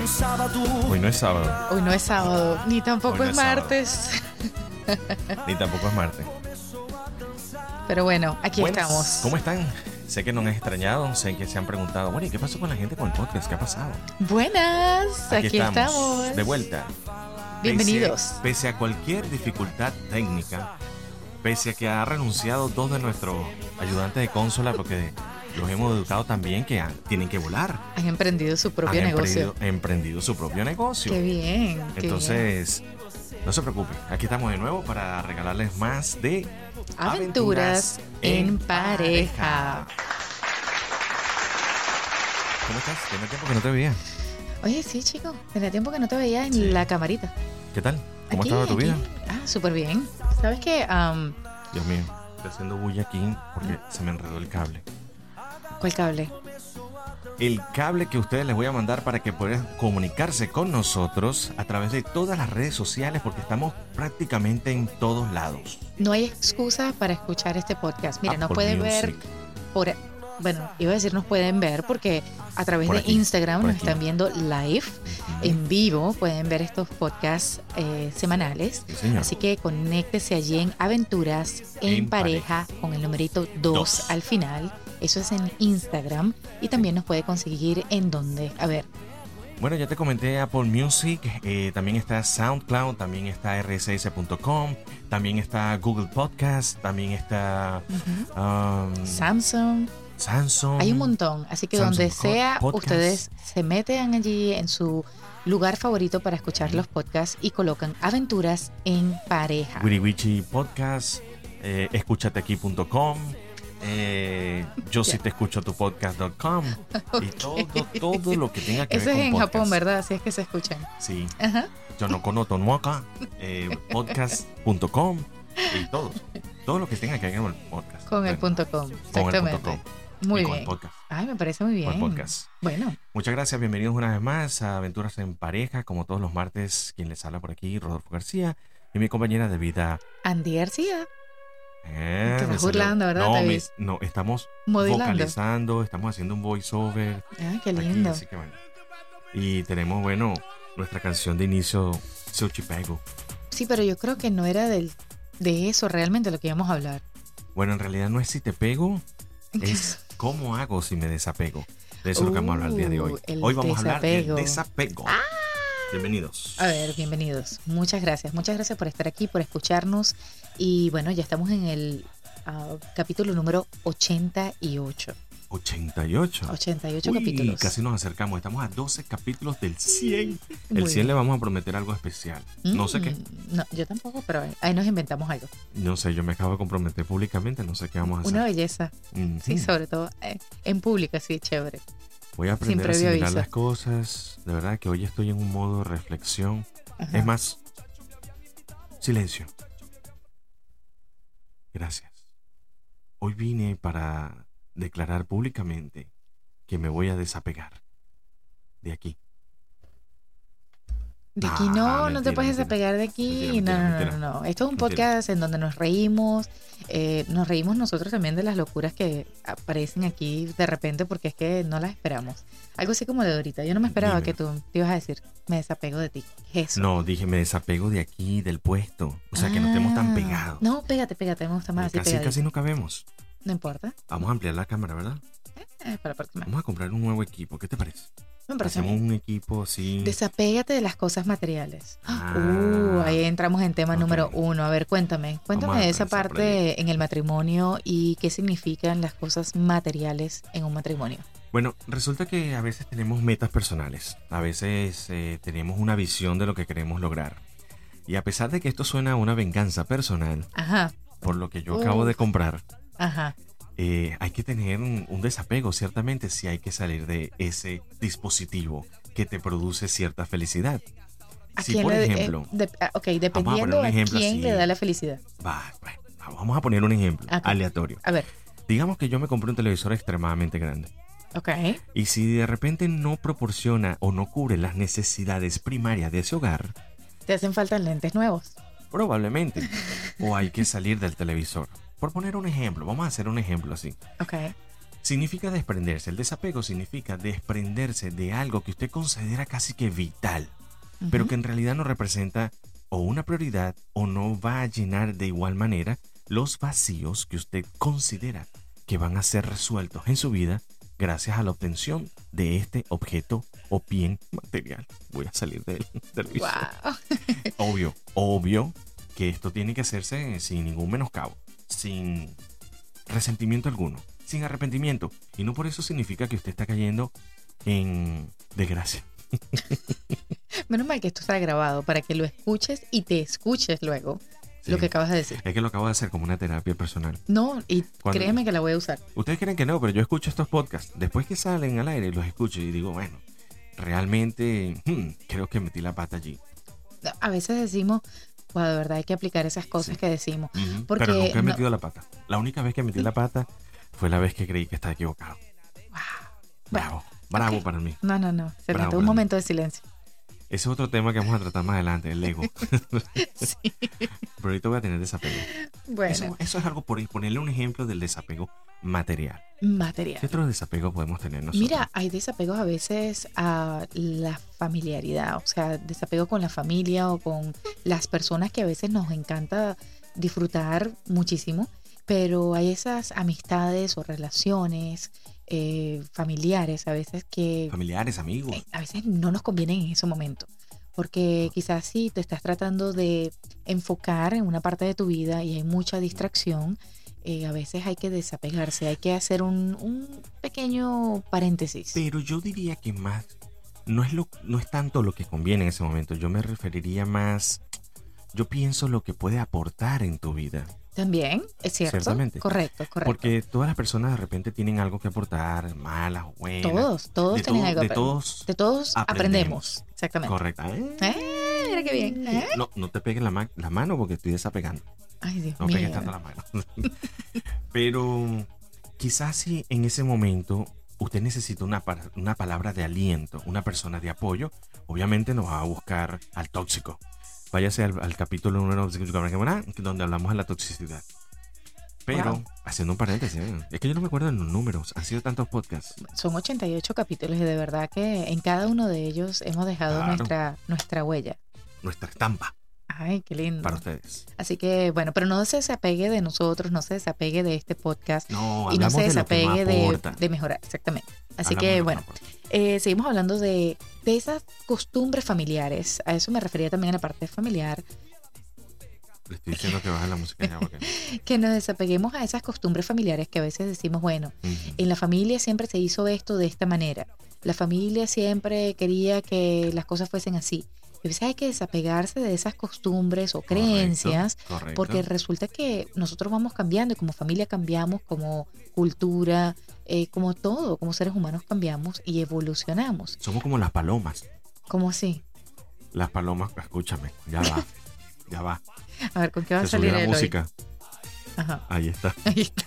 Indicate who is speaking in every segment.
Speaker 1: Um sábado.
Speaker 2: Hoy no es sábado,
Speaker 3: Hoy no es sábado, ni tampoco
Speaker 2: Hoy no
Speaker 3: es
Speaker 2: es sábado.
Speaker 3: martes.
Speaker 2: ni tampoco es martes.
Speaker 3: Pero bueno, aquí
Speaker 2: Buenas,
Speaker 3: estamos.
Speaker 2: ¿Cómo están? Sé que nos han extrañado, sé que se han preguntado, bueno, ¿y qué pasó con la gente con el podcast? ¿Qué ha pasado?
Speaker 3: Buenas, aquí, estamos.
Speaker 2: De vuelta.
Speaker 3: Bienvenidos.
Speaker 2: Pese, pese a cualquier dificultad técnica, pese a que ha renunciado dos de nuestros ayudantes de consola porque los hemos educado también que ah, tienen que volar.
Speaker 3: Han emprendido su propio
Speaker 2: han
Speaker 3: negocio.
Speaker 2: Emprendido, emprendido su propio negocio.
Speaker 3: Qué bien. qué bien.
Speaker 2: Entonces, no se preocupen, aquí estamos de nuevo para regalarles más de
Speaker 3: Aventuras en pareja.
Speaker 2: ¿Cómo estás? Tenía tiempo que no te veía.
Speaker 3: Oye, sí, chico, tenía tiempo que no te veía en
Speaker 2: Sí.
Speaker 3: la camarita.
Speaker 2: ¿Qué tal? ¿Cómo ha
Speaker 3: Aquí,
Speaker 2: estado tu
Speaker 3: aquí.
Speaker 2: vida?
Speaker 3: Ah, súper bien. ¿Sabes qué? Am,
Speaker 2: Dios mío, estoy haciendo bulla aquí
Speaker 3: Mm.
Speaker 2: porque se me enredó el cable.
Speaker 3: ¿Cuál cable?
Speaker 2: El cable que ustedes les voy a mandar para que puedan comunicarse con nosotros a través de todas las redes sociales porque estamos prácticamente en todos lados.
Speaker 3: No hay excusa para escuchar este podcast. Mira, nos
Speaker 2: Apple
Speaker 3: puede ver
Speaker 2: Music.
Speaker 3: por... Bueno, iba a decir nos pueden ver porque a través
Speaker 2: Por
Speaker 3: de
Speaker 2: aquí,
Speaker 3: Instagram
Speaker 2: por
Speaker 3: nos
Speaker 2: aquí.
Speaker 3: están viendo live. en vivo pueden ver estos podcasts eh, semanales.
Speaker 2: Sí, señor.
Speaker 3: Así que conéctese allí en Aventuras en,
Speaker 2: En
Speaker 3: pareja, con el numerito 2
Speaker 2: Dos.
Speaker 3: al final. Eso es en Instagram y también nos puede conseguir en donde. A ver,
Speaker 2: Bueno, ya te comenté Apple Music, eh, también está SoundCloud, también está rss.com, también está Google Podcast, también está
Speaker 3: ujú,
Speaker 2: um,
Speaker 3: Samsung,
Speaker 2: Samsung.
Speaker 3: hay un montón. Así que
Speaker 2: Mm. Samsung
Speaker 3: donde
Speaker 2: Co-
Speaker 3: sea,
Speaker 2: Podcast.
Speaker 3: ustedes se meten allí en su lugar favorito para escuchar los podcasts y colocan Aventuras en pareja.
Speaker 2: Wiriwichi Podcast, eh, escúchateaquí.com, eh, yo sí te escucho tu podcast.com y todo, todo lo que tenga que
Speaker 3: Eso
Speaker 2: ver
Speaker 3: es
Speaker 2: con
Speaker 3: en
Speaker 2: podcast.
Speaker 3: Japón, ¿verdad? Así es que se escuchan.
Speaker 2: Sí,
Speaker 3: Ajá.
Speaker 2: yo no conozco Nuoka, eh, podcast.com y todo, todo lo que tenga que ver con el podcast.
Speaker 3: Con el
Speaker 2: Bueno,
Speaker 3: punto com.
Speaker 2: con el punto
Speaker 3: Exactamente.
Speaker 2: com.
Speaker 3: Muy
Speaker 2: y con el
Speaker 3: bien.
Speaker 2: podcast.
Speaker 3: Ay, me parece muy
Speaker 2: con
Speaker 3: bien.
Speaker 2: el podcast.
Speaker 3: Bueno,
Speaker 2: Muchas gracias, bienvenidos una vez más a Aventuras en Pareja, como todos los martes, quien les habla por aquí, Rodolfo García, y mi compañera de vida.
Speaker 3: Andy García,
Speaker 2: Eh,
Speaker 3: Te
Speaker 2: me salió-
Speaker 3: estás burlando, ¿verdad,
Speaker 2: No,
Speaker 3: David?
Speaker 2: mis- no, estamos
Speaker 3: modelando.
Speaker 2: vocalizando, estamos haciendo un voiceover.
Speaker 3: Ay, qué
Speaker 2: aquí,
Speaker 3: lindo.
Speaker 2: así que bueno. Y tenemos, bueno, nuestra canción de inicio, Suchipego.
Speaker 3: Sí, pero yo creo que no era del, de eso realmente lo que íbamos a hablar.
Speaker 2: Bueno, en realidad no es si te pego, es cómo hago si me desapego. De eso es lo que vamos a hablar el día de
Speaker 3: Uh,
Speaker 2: hoy.
Speaker 3: el
Speaker 2: Hoy vamos
Speaker 3: desapego. Ah.
Speaker 2: a hablar del desapego. Bienvenidos.
Speaker 3: A ver, bienvenidos. Muchas gracias. Muchas gracias por estar aquí, por escucharnos. Y bueno, ya estamos en el ah, capítulo número 88.
Speaker 2: 88.
Speaker 3: 88
Speaker 2: Ah. Uy,
Speaker 3: capítulos.
Speaker 2: casi nos acercamos. Estamos a 12 capítulos del 100. el
Speaker 3: Muy
Speaker 2: 100 le
Speaker 3: bien.
Speaker 2: vamos a prometer algo especial. No sé qué.
Speaker 3: Mm, No, yo tampoco, pero ahí- ahí nos inventamos algo.
Speaker 2: No sé, yo me acabo de comprometer públicamente. No sé qué vamos a hacer.
Speaker 3: Mm. Una belleza.
Speaker 2: Ujú.
Speaker 3: Sí, sobre todo eh, en público, sí, chévere.
Speaker 2: Voy a
Speaker 3: sin
Speaker 2: aprender a
Speaker 3: previo
Speaker 2: asimilar
Speaker 3: aviso.
Speaker 2: las cosas. De verdad que hoy estoy en un modo de reflexión.
Speaker 3: Ajá.
Speaker 2: Es más, silencio. Gracias. Hoy vine para declarar públicamente que me voy a desapegar de aquí.
Speaker 3: De aquí
Speaker 2: Ah,
Speaker 3: no, no te
Speaker 2: mentira, mentira.
Speaker 3: puedes desapegar de aquí.
Speaker 2: Mentira,
Speaker 3: no, no,
Speaker 2: mentira,
Speaker 3: no, no, no. Esto es un
Speaker 2: Mentira.
Speaker 3: podcast en donde nos reímos. eh, nos reímos nosotros también de las locuras que aparecen aquí de repente porque es que no las esperamos. Algo así como de ahorita. Yo no me esperaba
Speaker 2: Dime.
Speaker 3: que tú te ibas a decir, me desapego de ti. ¿Qué es eso?
Speaker 2: No, dije, me desapego de aquí, del puesto. O sea, que no estemos tan
Speaker 3: Ah.
Speaker 2: pegados.
Speaker 3: No, pégate, pégate. Me gusta más así
Speaker 2: casi,
Speaker 3: pegadito.
Speaker 2: casi no cabemos.
Speaker 3: No importa.
Speaker 2: Vamos a ampliar la cámara, ¿verdad?
Speaker 3: eh, para la parte más.
Speaker 2: Vamos a comprar un nuevo equipo. ¿Qué te parece?
Speaker 3: Me parece
Speaker 2: Mm, Hacemos
Speaker 3: bien.
Speaker 2: un equipo así.
Speaker 3: Desapégate de las cosas materiales.
Speaker 2: Ah.
Speaker 3: Uh, ahí entramos en tema
Speaker 2: Ok.
Speaker 3: número uno. A ver, cuéntame. Cuéntame
Speaker 2: Vamos a
Speaker 3: de esa
Speaker 2: pensar por
Speaker 3: parte en el matrimonio y qué significan las cosas materiales en un matrimonio.
Speaker 2: Bueno, resulta que a veces tenemos metas personales, a veces eh, tenemos una visión de lo que queremos lograr. Y a pesar de que esto suena a una venganza personal,
Speaker 3: Ajá,
Speaker 2: por lo que yo acabo
Speaker 3: Uf.
Speaker 2: de comprar,
Speaker 3: ajá.
Speaker 2: eh, hay que tener un, un desapego, ciertamente, si hay que salir de ese dispositivo, que te produce cierta felicidad.
Speaker 3: ¿A
Speaker 2: Si,
Speaker 3: quién
Speaker 2: por
Speaker 3: le- eh,
Speaker 2: ejemplo,
Speaker 3: de- ah, ok, dependiendo
Speaker 2: un
Speaker 3: a
Speaker 2: ejemplo
Speaker 3: quién
Speaker 2: así.
Speaker 3: le da la felicidad.
Speaker 2: va- bueno, vamos a poner un ejemplo
Speaker 3: Ok.
Speaker 2: aleatorio.
Speaker 3: A ver,
Speaker 2: Digamos que yo me compré un televisor extremadamente grande.
Speaker 3: ok,
Speaker 2: Y si de repente no proporciona o no cubre las necesidades primarias de ese hogar,
Speaker 3: te hacen falta lentes nuevos.
Speaker 2: probablemente, o hay que salir del televisor. Por poner un ejemplo, vamos a hacer un ejemplo así.
Speaker 3: Ok,
Speaker 2: Significa desprenderse. El desapego significa desprenderse de algo que usted considera casi que vital, pero
Speaker 3: ujú,
Speaker 2: que en realidad no representa o una prioridad o no va a llenar de igual manera los vacíos que usted considera que van a ser resueltos en su vida gracias a la obtención de este objeto o bien material. Voy a salir del televisor.
Speaker 3: Wow.
Speaker 2: Obvio, obvio que esto tiene que hacerse sin ningún menoscabo, sin resentimiento alguno, sin arrepentimiento. Y no por eso significa que usted está cayendo en desgracia.
Speaker 3: Menos mal que esto está grabado para que lo escuches y te escuches luego lo
Speaker 2: Sí.
Speaker 3: que acabas de decir.
Speaker 2: Es que lo acabo de hacer como una terapia personal.
Speaker 3: No, y
Speaker 2: Cuando-
Speaker 3: créeme que la voy a usar.
Speaker 2: Ustedes creen que no, pero yo escucho estos podcasts. Después que salen al aire, los escucho y digo, bueno, realmente hmm, creo que metí la pata allí.
Speaker 3: A veces decimos, wow, de verdad hay que aplicar esas cosas que decimos.
Speaker 2: Ujú,
Speaker 3: Porque
Speaker 2: pero nunca he
Speaker 3: no-
Speaker 2: metido la pata. La única vez que metí la pata fue la vez que creí que estaba equivocado.
Speaker 3: Wow.
Speaker 2: Bravo, bravo
Speaker 3: ok.
Speaker 2: para mí.
Speaker 3: No, no, no. Se
Speaker 2: Bravo,
Speaker 3: notó un
Speaker 2: Brandi.
Speaker 3: momento de silencio.
Speaker 2: Ese es otro tema que vamos a tratar más adelante, el ego.
Speaker 3: Sí.
Speaker 2: Pero ahorita voy a tener desapego. Eso,
Speaker 3: Bueno,
Speaker 2: eso es algo por ponerle un ejemplo del desapego material.
Speaker 3: material.
Speaker 2: ¿Qué otros desapegos podemos tener nosotros?
Speaker 3: Mira, hay desapegos a veces a la familiaridad, o sea, desapego con la familia o con las personas que a veces nos encanta disfrutar muchísimo, pero hay esas amistades o relaciones eh, familiares a veces que
Speaker 2: familiares, amigos.
Speaker 3: eh, a veces no nos convienen en ese momento. Porque quizás si te estás tratando de enfocar en una parte de tu vida y hay mucha distracción, eh, a veces hay que desapegarse, hay que hacer un, un pequeño paréntesis.
Speaker 2: Pero yo diría que más no es lo no es tanto lo que conviene en ese momento. Yo me referiría más yo pienso lo que puede aportar en tu vida.
Speaker 3: También, es cierto.
Speaker 2: Ciertamente.
Speaker 3: Correcto, correcto.
Speaker 2: Porque todas las personas de repente tienen algo que aportar, malas o buenas.
Speaker 3: todos, todos
Speaker 2: eh, de
Speaker 3: tienen
Speaker 2: todo-
Speaker 3: algo.
Speaker 2: de
Speaker 3: que-
Speaker 2: todos.
Speaker 3: de todos
Speaker 2: aprendemos.
Speaker 3: aprendemos. Exactamente.
Speaker 2: Correcto.
Speaker 3: Eh, mira qué bien. Eh.
Speaker 2: No, no te peguen la, ma- la mano porque estoy desapegando.
Speaker 3: Ay, Dios
Speaker 2: No
Speaker 3: mío.
Speaker 2: pegues tanto la mano. Pero quizás si en ese momento usted necesita una, par- una palabra de aliento, una persona de apoyo, obviamente nos va a buscar al tóxico. Váyase al, al capítulo 1 donde hablamos de la toxicidad. Pero,
Speaker 3: Wow.
Speaker 2: haciendo un paréntesis, ¿eh? es que yo no me acuerdo de los números, han sido tantos podcasts.
Speaker 3: Son 88 capítulos y de verdad que en cada uno de ellos hemos dejado
Speaker 2: Claro.
Speaker 3: nuestra, nuestra huella.
Speaker 2: Nuestra estampa
Speaker 3: Ay, qué lindo.
Speaker 2: para ustedes.
Speaker 3: Así que bueno, pero no se desapegue de nosotros, no se desapegue de este podcast
Speaker 2: No,
Speaker 3: y no
Speaker 2: hablamos
Speaker 3: se
Speaker 2: de lo que
Speaker 3: desapegue
Speaker 2: nos
Speaker 3: de,
Speaker 2: aporta.
Speaker 3: de mejorar, exactamente. Así
Speaker 2: Hablamos de
Speaker 3: que
Speaker 2: lo
Speaker 3: bueno,
Speaker 2: nos aporta.
Speaker 3: eh, seguimos hablando de, de esas costumbres familiares. A eso me refería también a la parte familiar,
Speaker 2: Le estoy diciendo que baje la música ya porque...
Speaker 3: que nos desapeguemos a esas costumbres familiares que a veces decimos, bueno,
Speaker 2: Ujú.
Speaker 3: en la familia siempre se hizo esto de esta manera. La familia siempre quería que las cosas fuesen así. Y a veces hay que desapegarse de esas costumbres o
Speaker 2: Correcto,
Speaker 3: creencias
Speaker 2: correcto.
Speaker 3: Porque resulta que nosotros vamos cambiando y como familia cambiamos, como cultura, eh, como todo, como seres humanos cambiamos y evolucionamos.
Speaker 2: Somos como las palomas.
Speaker 3: ¿Cómo así?
Speaker 2: Las palomas, escúchame, ya va. Ya va.
Speaker 3: A ver, ¿con qué va a
Speaker 2: Te subí
Speaker 3: salir
Speaker 2: la
Speaker 3: el hoy?
Speaker 2: música.
Speaker 3: Ajá.
Speaker 2: Ahí está.
Speaker 3: Ahí está.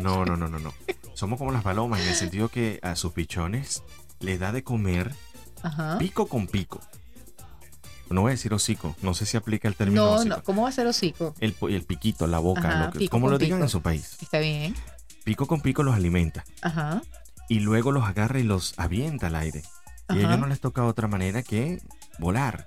Speaker 2: No, no, no, no, no. Somos como las palomas en el sentido que a sus pichones les da de comer
Speaker 3: Ajá.
Speaker 2: pico con pico. No voy a decir hocico, no sé si aplica el término
Speaker 3: No,
Speaker 2: hocico.
Speaker 3: no, ¿cómo va a ser hocico?
Speaker 2: El, po- el piquito, la boca,
Speaker 3: Ajá,
Speaker 2: lo que-
Speaker 3: pico
Speaker 2: como
Speaker 3: con
Speaker 2: lo digan
Speaker 3: pico.
Speaker 2: en su país.
Speaker 3: Está bien.
Speaker 2: Pico con pico los alimenta
Speaker 3: Ajá.
Speaker 2: y luego los agarra y los avienta al aire. Y a
Speaker 3: Ajá.
Speaker 2: ellos no les toca otra manera que volar.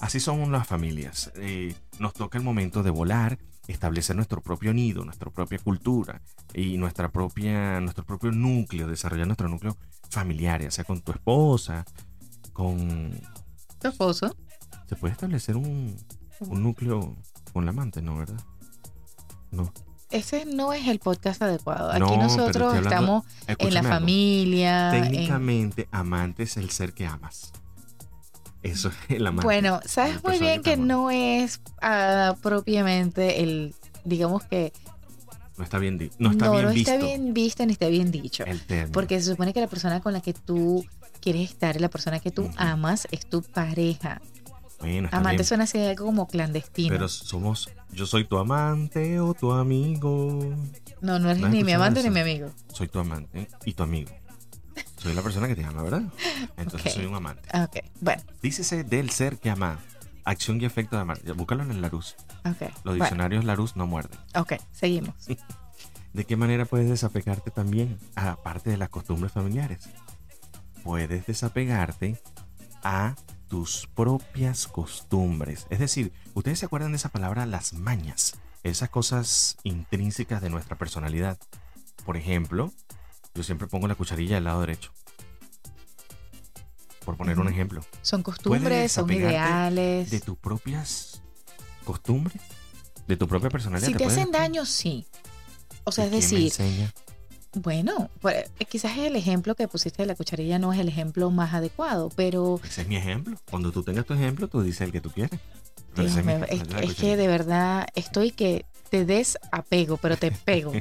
Speaker 2: Así son las familias. Eh, nos toca el momento de volar, establecer nuestro propio nido, nuestra propia cultura y nuestra propia, nuestro propio núcleo, desarrollar nuestro núcleo familiar, ya sea con tu esposa, con...
Speaker 3: Tu esposo.
Speaker 2: ¿Se puede establecer un, un núcleo con la amante? No, ¿verdad? No.
Speaker 3: Ese no es el podcast adecuado. Aquí
Speaker 2: No, pero
Speaker 3: nosotros
Speaker 2: estoy hablando-
Speaker 3: estamos en
Speaker 2: Escúchame
Speaker 3: la
Speaker 2: algo.
Speaker 3: familia. en-
Speaker 2: Técnicamente, amante es el ser que amas. Eso es el amante.
Speaker 3: Bueno,
Speaker 2: El
Speaker 3: sabes muy
Speaker 2: personaje
Speaker 3: bien que
Speaker 2: tan bueno.
Speaker 3: no es ah, propiamente el, digamos que
Speaker 2: No está bien, di- no está bien
Speaker 3: no
Speaker 2: visto
Speaker 3: está bien visto ni está bien dicho.
Speaker 2: el término.
Speaker 3: Porque se supone que la persona con la que tú quieres estar, la persona que tú
Speaker 2: Ujú.
Speaker 3: amas es tu pareja.
Speaker 2: Bueno, está
Speaker 3: Amante
Speaker 2: bien,
Speaker 3: suena así algo como clandestino.
Speaker 2: Pero somos. Yo soy tu amante o tu amigo.
Speaker 3: no, no eres
Speaker 2: ¿no has
Speaker 3: ni mi
Speaker 2: escuchado
Speaker 3: amante ni
Speaker 2: eso?
Speaker 3: mi amigo.
Speaker 2: Soy tu amante y tu amigo. Soy la persona que te ama, ¿verdad? Entonces
Speaker 3: Ok.
Speaker 2: soy un amante.
Speaker 3: Ah, Ok, bueno,
Speaker 2: Dícese del ser que ama. Acción y efecto de amar. Búscalo en el Larus.
Speaker 3: ok.
Speaker 2: Los
Speaker 3: bueno,
Speaker 2: diccionarios Larus no muerden.
Speaker 3: ok, seguimos.
Speaker 2: ¿De qué manera puedes desapegarte también, aparte de las costumbres familiares? Puedes desapegarte a tus propias costumbres. Es decir, ustedes se acuerdan de esa palabra, las mañas, esas cosas intrínsecas de nuestra personalidad. Por ejemplo, yo siempre pongo la cucharilla del lado derecho. Por poner un
Speaker 3: Ujú.
Speaker 2: ejemplo,
Speaker 3: Son costumbres, son
Speaker 2: desapegarte
Speaker 3: ideales.
Speaker 2: de tus propias costumbres, de tu propia personalidad.
Speaker 3: Si te
Speaker 2: puedes-
Speaker 3: hacen daño, sí. O sea,
Speaker 2: ¿Y
Speaker 3: es
Speaker 2: quién me
Speaker 3: decir,
Speaker 2: enseña?
Speaker 3: bueno, pues, eh, quizás el ejemplo que pusiste de la cucharilla no es el ejemplo más adecuado, pero
Speaker 2: Pues Ese es mi ejemplo. Cuando tú tengas tu ejemplo, tú dices el que tú quieres. Pero
Speaker 3: Dios
Speaker 2: ese es mi
Speaker 3: mío, es,
Speaker 2: ejemplo de la
Speaker 3: es que
Speaker 2: cucharilla.
Speaker 3: de verdad estoy que te desapego, pero te pego.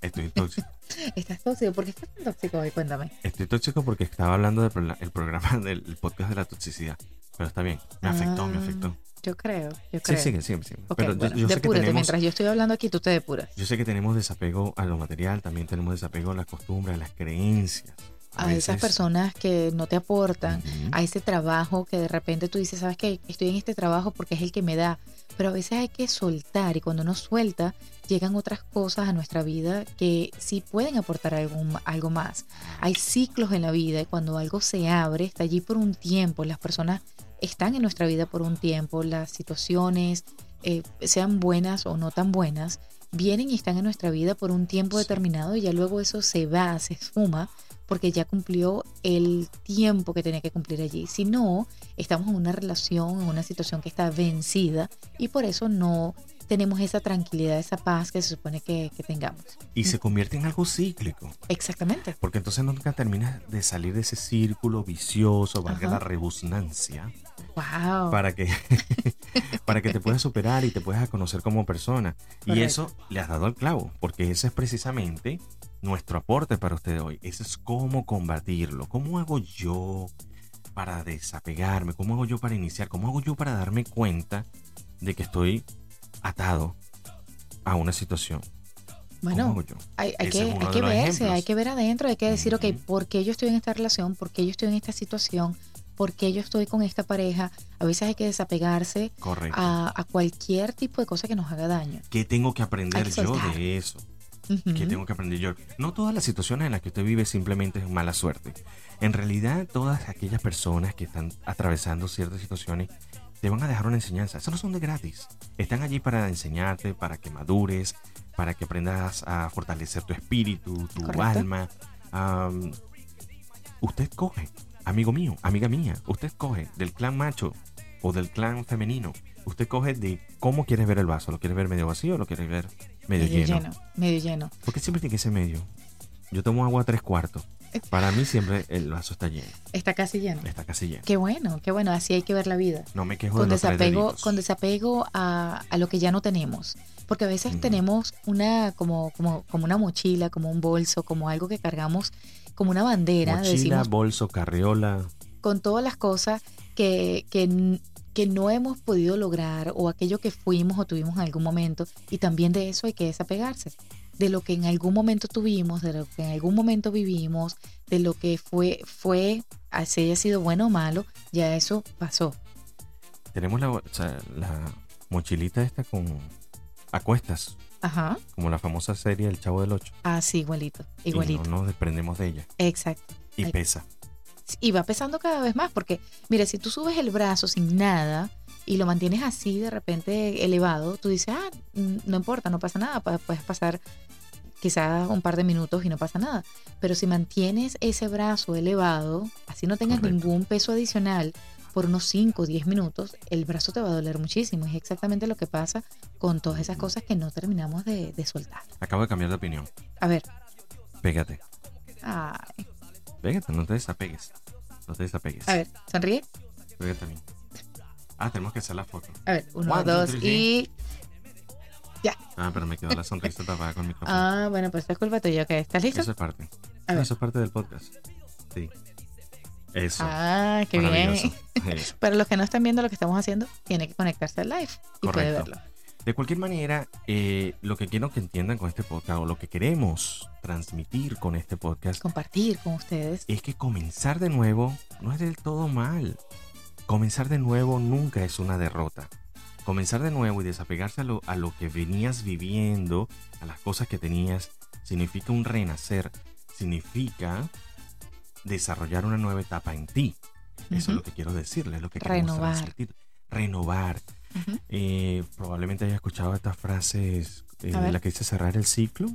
Speaker 2: Estoy tóxico.
Speaker 3: ¿Estás tóxico? ¿Por qué estás tan tóxico hoy? Cuéntame.
Speaker 2: Estoy tóxico porque estaba hablando del prola- el programa del el podcast de la toxicidad. Pero está bien. Me afectó, me
Speaker 3: Ah,
Speaker 2: afectó.
Speaker 3: Yo creo,
Speaker 2: Sí,
Speaker 3: yo creo.
Speaker 2: sigue, sigue, sigue.
Speaker 3: Ok,
Speaker 2: Pero yo-
Speaker 3: bueno,
Speaker 2: yo, sé que
Speaker 3: depúrate.
Speaker 2: tenemos,
Speaker 3: Mientras yo estoy hablando aquí, tú te depuras.
Speaker 2: yo sé que tenemos desapego a lo material, también tenemos desapego a las costumbres, a las creencias.
Speaker 3: A esas
Speaker 2: veces-
Speaker 3: personas que no te aportan,
Speaker 2: Ujú.
Speaker 3: a ese trabajo que de repente tú dices, sabes que estoy en este trabajo porque es el que me da, pero a veces hay que soltar y cuando uno suelta llegan otras cosas a nuestra vida que sí pueden aportar algún- algo más. Hay ciclos en la vida y cuando algo se abre, está allí por un tiempo, las personas están en nuestra vida por un tiempo, las situaciones, eh, sean buenas o no tan buenas, vienen y están en nuestra vida por un tiempo
Speaker 2: Sí.
Speaker 3: determinado y ya luego eso se va, se esfuma porque ya cumplió el tiempo que tenía que cumplir allí. Si no, estamos en una relación, en una situación que está vencida y por eso no tenemos esa tranquilidad, esa paz que se supone que, que tengamos.
Speaker 2: Y se convierte en algo cíclico.
Speaker 3: Exactamente.
Speaker 2: Porque entonces nunca terminas de salir de ese círculo vicioso, valga
Speaker 3: Ajá.
Speaker 2: la rebusnancia.
Speaker 3: Wow.
Speaker 2: para que para que te puedas superar y te puedas conocer como persona. Y
Speaker 3: Correcto.
Speaker 2: eso le has dado al clavo, porque ese es precisamente nuestro aporte para usted hoy. Eso es cómo combatirlo, cómo hago yo para desapegarme, cómo hago yo para iniciar, cómo hago yo para darme cuenta de que estoy atado a una situación. ¿Cómo
Speaker 3: bueno,
Speaker 2: hago yo?
Speaker 3: hay, hay
Speaker 2: Ese
Speaker 3: que,
Speaker 2: es uno
Speaker 3: hay
Speaker 2: de
Speaker 3: que
Speaker 2: los
Speaker 3: verse,
Speaker 2: ejemplos.
Speaker 3: hay que ver adentro, hay que decir, ok,
Speaker 2: Ujú.
Speaker 3: ¿por qué yo estoy en esta relación? ¿Por qué yo estoy en esta situación? ¿Por qué yo estoy con esta pareja? A veces hay que desapegarse
Speaker 2: Correcto.
Speaker 3: a, a cualquier tipo de cosa que nos haga daño.
Speaker 2: ¿Qué tengo que aprender
Speaker 3: Hay que
Speaker 2: yo
Speaker 3: soltar.
Speaker 2: de eso?
Speaker 3: Ujú.
Speaker 2: que tengo que aprender yo. No todas las situaciones en las que usted vive simplemente es mala suerte. En realidad, todas aquellas personas que están atravesando ciertas situaciones te van a dejar una enseñanza. Esas no son de gratis. Están allí para enseñarte, para que madures, para que aprendas a fortalecer tu espíritu, tu
Speaker 3: Correcto.
Speaker 2: alma. Am, usted coge, amigo mío, amiga mía, usted coge del clan macho o del clan femenino. Usted coge de cómo quieres ver el vaso. ¿Lo quieres ver medio vacío o lo quieres ver medio, lleno?
Speaker 3: Medio lleno.
Speaker 2: ¿Por qué siempre tiene que ser medio? Yo tomo agua a tres cuartos.
Speaker 3: Eh.
Speaker 2: Para mí siempre el vaso está lleno.
Speaker 3: Está casi lleno.
Speaker 2: Está casi lleno.
Speaker 3: Qué bueno, qué bueno. Así hay que ver la vida.
Speaker 2: No me quejo
Speaker 3: Con
Speaker 2: de los tres
Speaker 3: desapego,
Speaker 2: deditos.
Speaker 3: con desapego a, a lo que ya no tenemos. Porque a veces
Speaker 2: Ujú.
Speaker 3: tenemos una, como, como, como una mochila, como un bolso, como algo que cargamos, como una bandera,
Speaker 2: Mochila,
Speaker 3: decimos,
Speaker 2: bolso, carriola.
Speaker 3: con todas las cosas que, que, n- que no hemos podido lograr o aquello que fuimos o tuvimos en algún momento. Y también de eso hay que desapegarse. De lo que en algún momento tuvimos, de lo que en algún momento vivimos, de lo que fue, fue, así haya sido bueno o malo, ya eso pasó.
Speaker 2: Tenemos la, o sea, la mochilita esta con a cuestas,
Speaker 3: Ajá.
Speaker 2: como la famosa serie El Chavo del Ocho.
Speaker 3: Así, igualito,
Speaker 2: Y
Speaker 3: igualito.
Speaker 2: no nos desprendemos de ella.
Speaker 3: Exacto.
Speaker 2: Y
Speaker 3: Ay.
Speaker 2: pesa.
Speaker 3: Y va pesando cada vez más, porque, mira, si tú subes el brazo sin nada y lo mantienes así de repente elevado, tú dices, ah, mm, no importa, no pasa nada, pa- puedes pasar quizás un par de minutos y no pasa nada. Pero si mantienes ese brazo elevado, así no tengas
Speaker 2: Correcto.
Speaker 3: ningún peso adicional por unos 5 o 10 minutos, el brazo te va a doler muchísimo. Es exactamente lo que pasa con todas esas cosas que no terminamos de, de soltar.
Speaker 2: Acabo de cambiar de opinión.
Speaker 3: A ver,
Speaker 2: Pégate.
Speaker 3: ay,
Speaker 2: Pégate, no te desapegues. No te desapegues.
Speaker 3: a ver, sonríe.
Speaker 2: Pégate a mí. Ah, tenemos que hacer la foto.
Speaker 3: A ver, uno,
Speaker 2: One, two,
Speaker 3: dos
Speaker 2: three,
Speaker 3: y.
Speaker 2: Ah, pero me quedó la sonrisa tapada con mi micrófono.
Speaker 3: Ah, bueno, pues esto es culpa tuya, ok. ¿Estás listo?
Speaker 2: Eso es parte.
Speaker 3: A ver.
Speaker 2: Eso es parte del podcast. Sí. Eso.
Speaker 3: Ah, qué bien.
Speaker 2: maravilloso. Eso.
Speaker 3: Para los que no están viendo lo que estamos haciendo, tiene que conectarse al live y puede
Speaker 2: Correcto.
Speaker 3: verlo.
Speaker 2: De cualquier manera, eh, lo que quiero que entiendan con este podcast o lo que queremos transmitir con este podcast
Speaker 3: Compartir con ustedes.
Speaker 2: es que comenzar de nuevo no es del todo mal. Comenzar de nuevo nunca es una derrota. Comenzar de nuevo y desapegarse a lo, a lo que venías viviendo, a las cosas que tenías, significa un renacer, significa desarrollar una nueva etapa en ti. Eso es lo
Speaker 3: Ujú,
Speaker 2: que quiero decirles, lo que queremos
Speaker 3: Renovar.
Speaker 2: transmitir. Renovar.
Speaker 3: ujú.
Speaker 2: Eh, probablemente haya escuchado estas frases, eh,
Speaker 3: A ver.
Speaker 2: la que dice cerrar el ciclo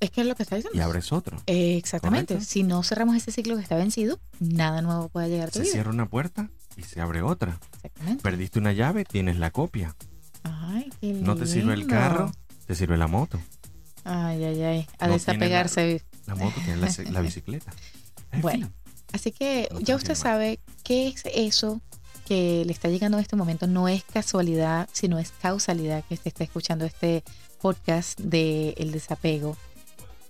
Speaker 3: Es que es lo que está diciendo.
Speaker 2: y abres otro.
Speaker 3: Eh, exactamente.
Speaker 2: Correcto.
Speaker 3: Si no cerramos ese ciclo que está vencido, nada nuevo puede llegar a tu
Speaker 2: Se
Speaker 3: vida.
Speaker 2: cierra una puerta y se abre otra.
Speaker 3: Exactamente.
Speaker 2: Perdiste una llave, tienes la copia.
Speaker 3: Ay, qué
Speaker 2: No te sirve el
Speaker 3: lindo.
Speaker 2: carro, te sirve la moto.
Speaker 3: Ay, ay, ay. A
Speaker 2: No
Speaker 3: desapegarse.
Speaker 2: La moto tiene la, se- la bicicleta. En
Speaker 3: Bueno,
Speaker 2: fin,
Speaker 3: Así que
Speaker 2: No
Speaker 3: ya
Speaker 2: te
Speaker 3: usted
Speaker 2: sirve.
Speaker 3: sabe qué es eso que le está llegando en este momento. No es casualidad, sino es causalidad que usted está escuchando este podcast de El Desapego.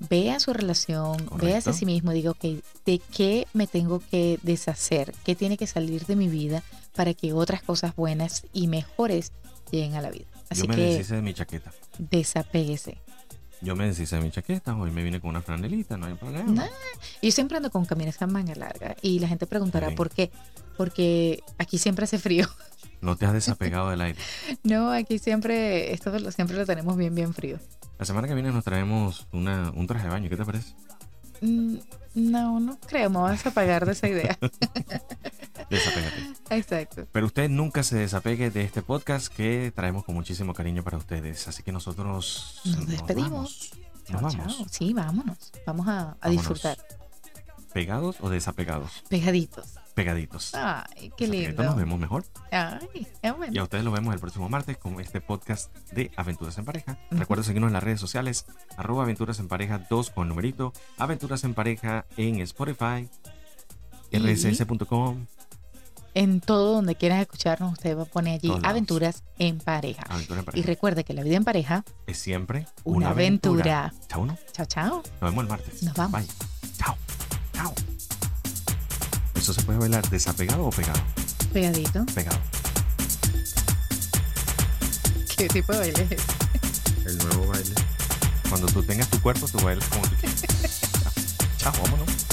Speaker 3: Vea su relación, véase a
Speaker 2: Correcto.
Speaker 3: sí mismo, diga, ok, ¿de qué me tengo que deshacer? ¿Qué tiene que salir de mi vida para que otras cosas buenas y mejores lleguen a la vida? Así
Speaker 2: yo me
Speaker 3: que
Speaker 2: deshice de mi chaqueta.
Speaker 3: desapéguese.
Speaker 2: Yo me deshice de mi chaqueta. Hoy me vine con una franelita, no hay problema.
Speaker 3: No. Yo siempre ando con camisas manga larga y la gente preguntará
Speaker 2: Bien.
Speaker 3: por qué. Porque aquí siempre hace frío.
Speaker 2: No te has desapegado del aire.
Speaker 3: No, aquí siempre, esto lo- siempre lo tenemos bien, bien frío.
Speaker 2: La semana que viene nos traemos una, un traje de baño. ¿Qué te parece?
Speaker 3: Mm, No, no creo, me vas a pagar de esa idea.
Speaker 2: Desapégate.
Speaker 3: Exacto.
Speaker 2: Pero usted nunca se desapegue de este podcast que traemos con muchísimo cariño para ustedes. Así que nosotros
Speaker 3: Nos despedimos.
Speaker 2: vamos.
Speaker 3: Chao,
Speaker 2: Nos
Speaker 3: chao.
Speaker 2: vamos.
Speaker 3: Sí, vámonos. Vamos a, a
Speaker 2: Vámonos.
Speaker 3: disfrutar.
Speaker 2: ¿Pegados o desapegados?
Speaker 3: Pegaditos.
Speaker 2: Pegaditos.
Speaker 3: Ay, qué
Speaker 2: Desapegaditos
Speaker 3: lindo. Em.
Speaker 2: Nos vemos mejor.
Speaker 3: Ay, qué bueno.
Speaker 2: Y a ustedes los vemos el próximo martes con este podcast de Aventuras en Pareja.
Speaker 3: Ujú.
Speaker 2: Recuerden seguirnos en las redes sociales, arroba Aventuras en Pareja 2 con numerito, Aventuras en Pareja en Spotify,
Speaker 3: Y-
Speaker 2: rss.com,
Speaker 3: En todo donde quieran escucharnos, usted va a poner allí
Speaker 2: Todos lados.
Speaker 3: aventuras en pareja.
Speaker 2: Aventuras en
Speaker 3: Y
Speaker 2: Pareja.
Speaker 3: recuerde que la vida en pareja,
Speaker 2: Es siempre
Speaker 3: una, aventura.
Speaker 2: Chao, ¿no?
Speaker 3: Chao, chao.
Speaker 2: Nos vemos el martes.
Speaker 3: Nos vamos.
Speaker 2: Bye. Chao. Chao. ¿Eso se puede bailar desapegado o pegado?
Speaker 3: Pegadito.
Speaker 2: Pegado.
Speaker 3: ¿Qué tipo de baile es ese?
Speaker 2: El nuevo baile. Cuando tú tengas tu cuerpo, tú bailas como tú quieras. Chao, vámonos.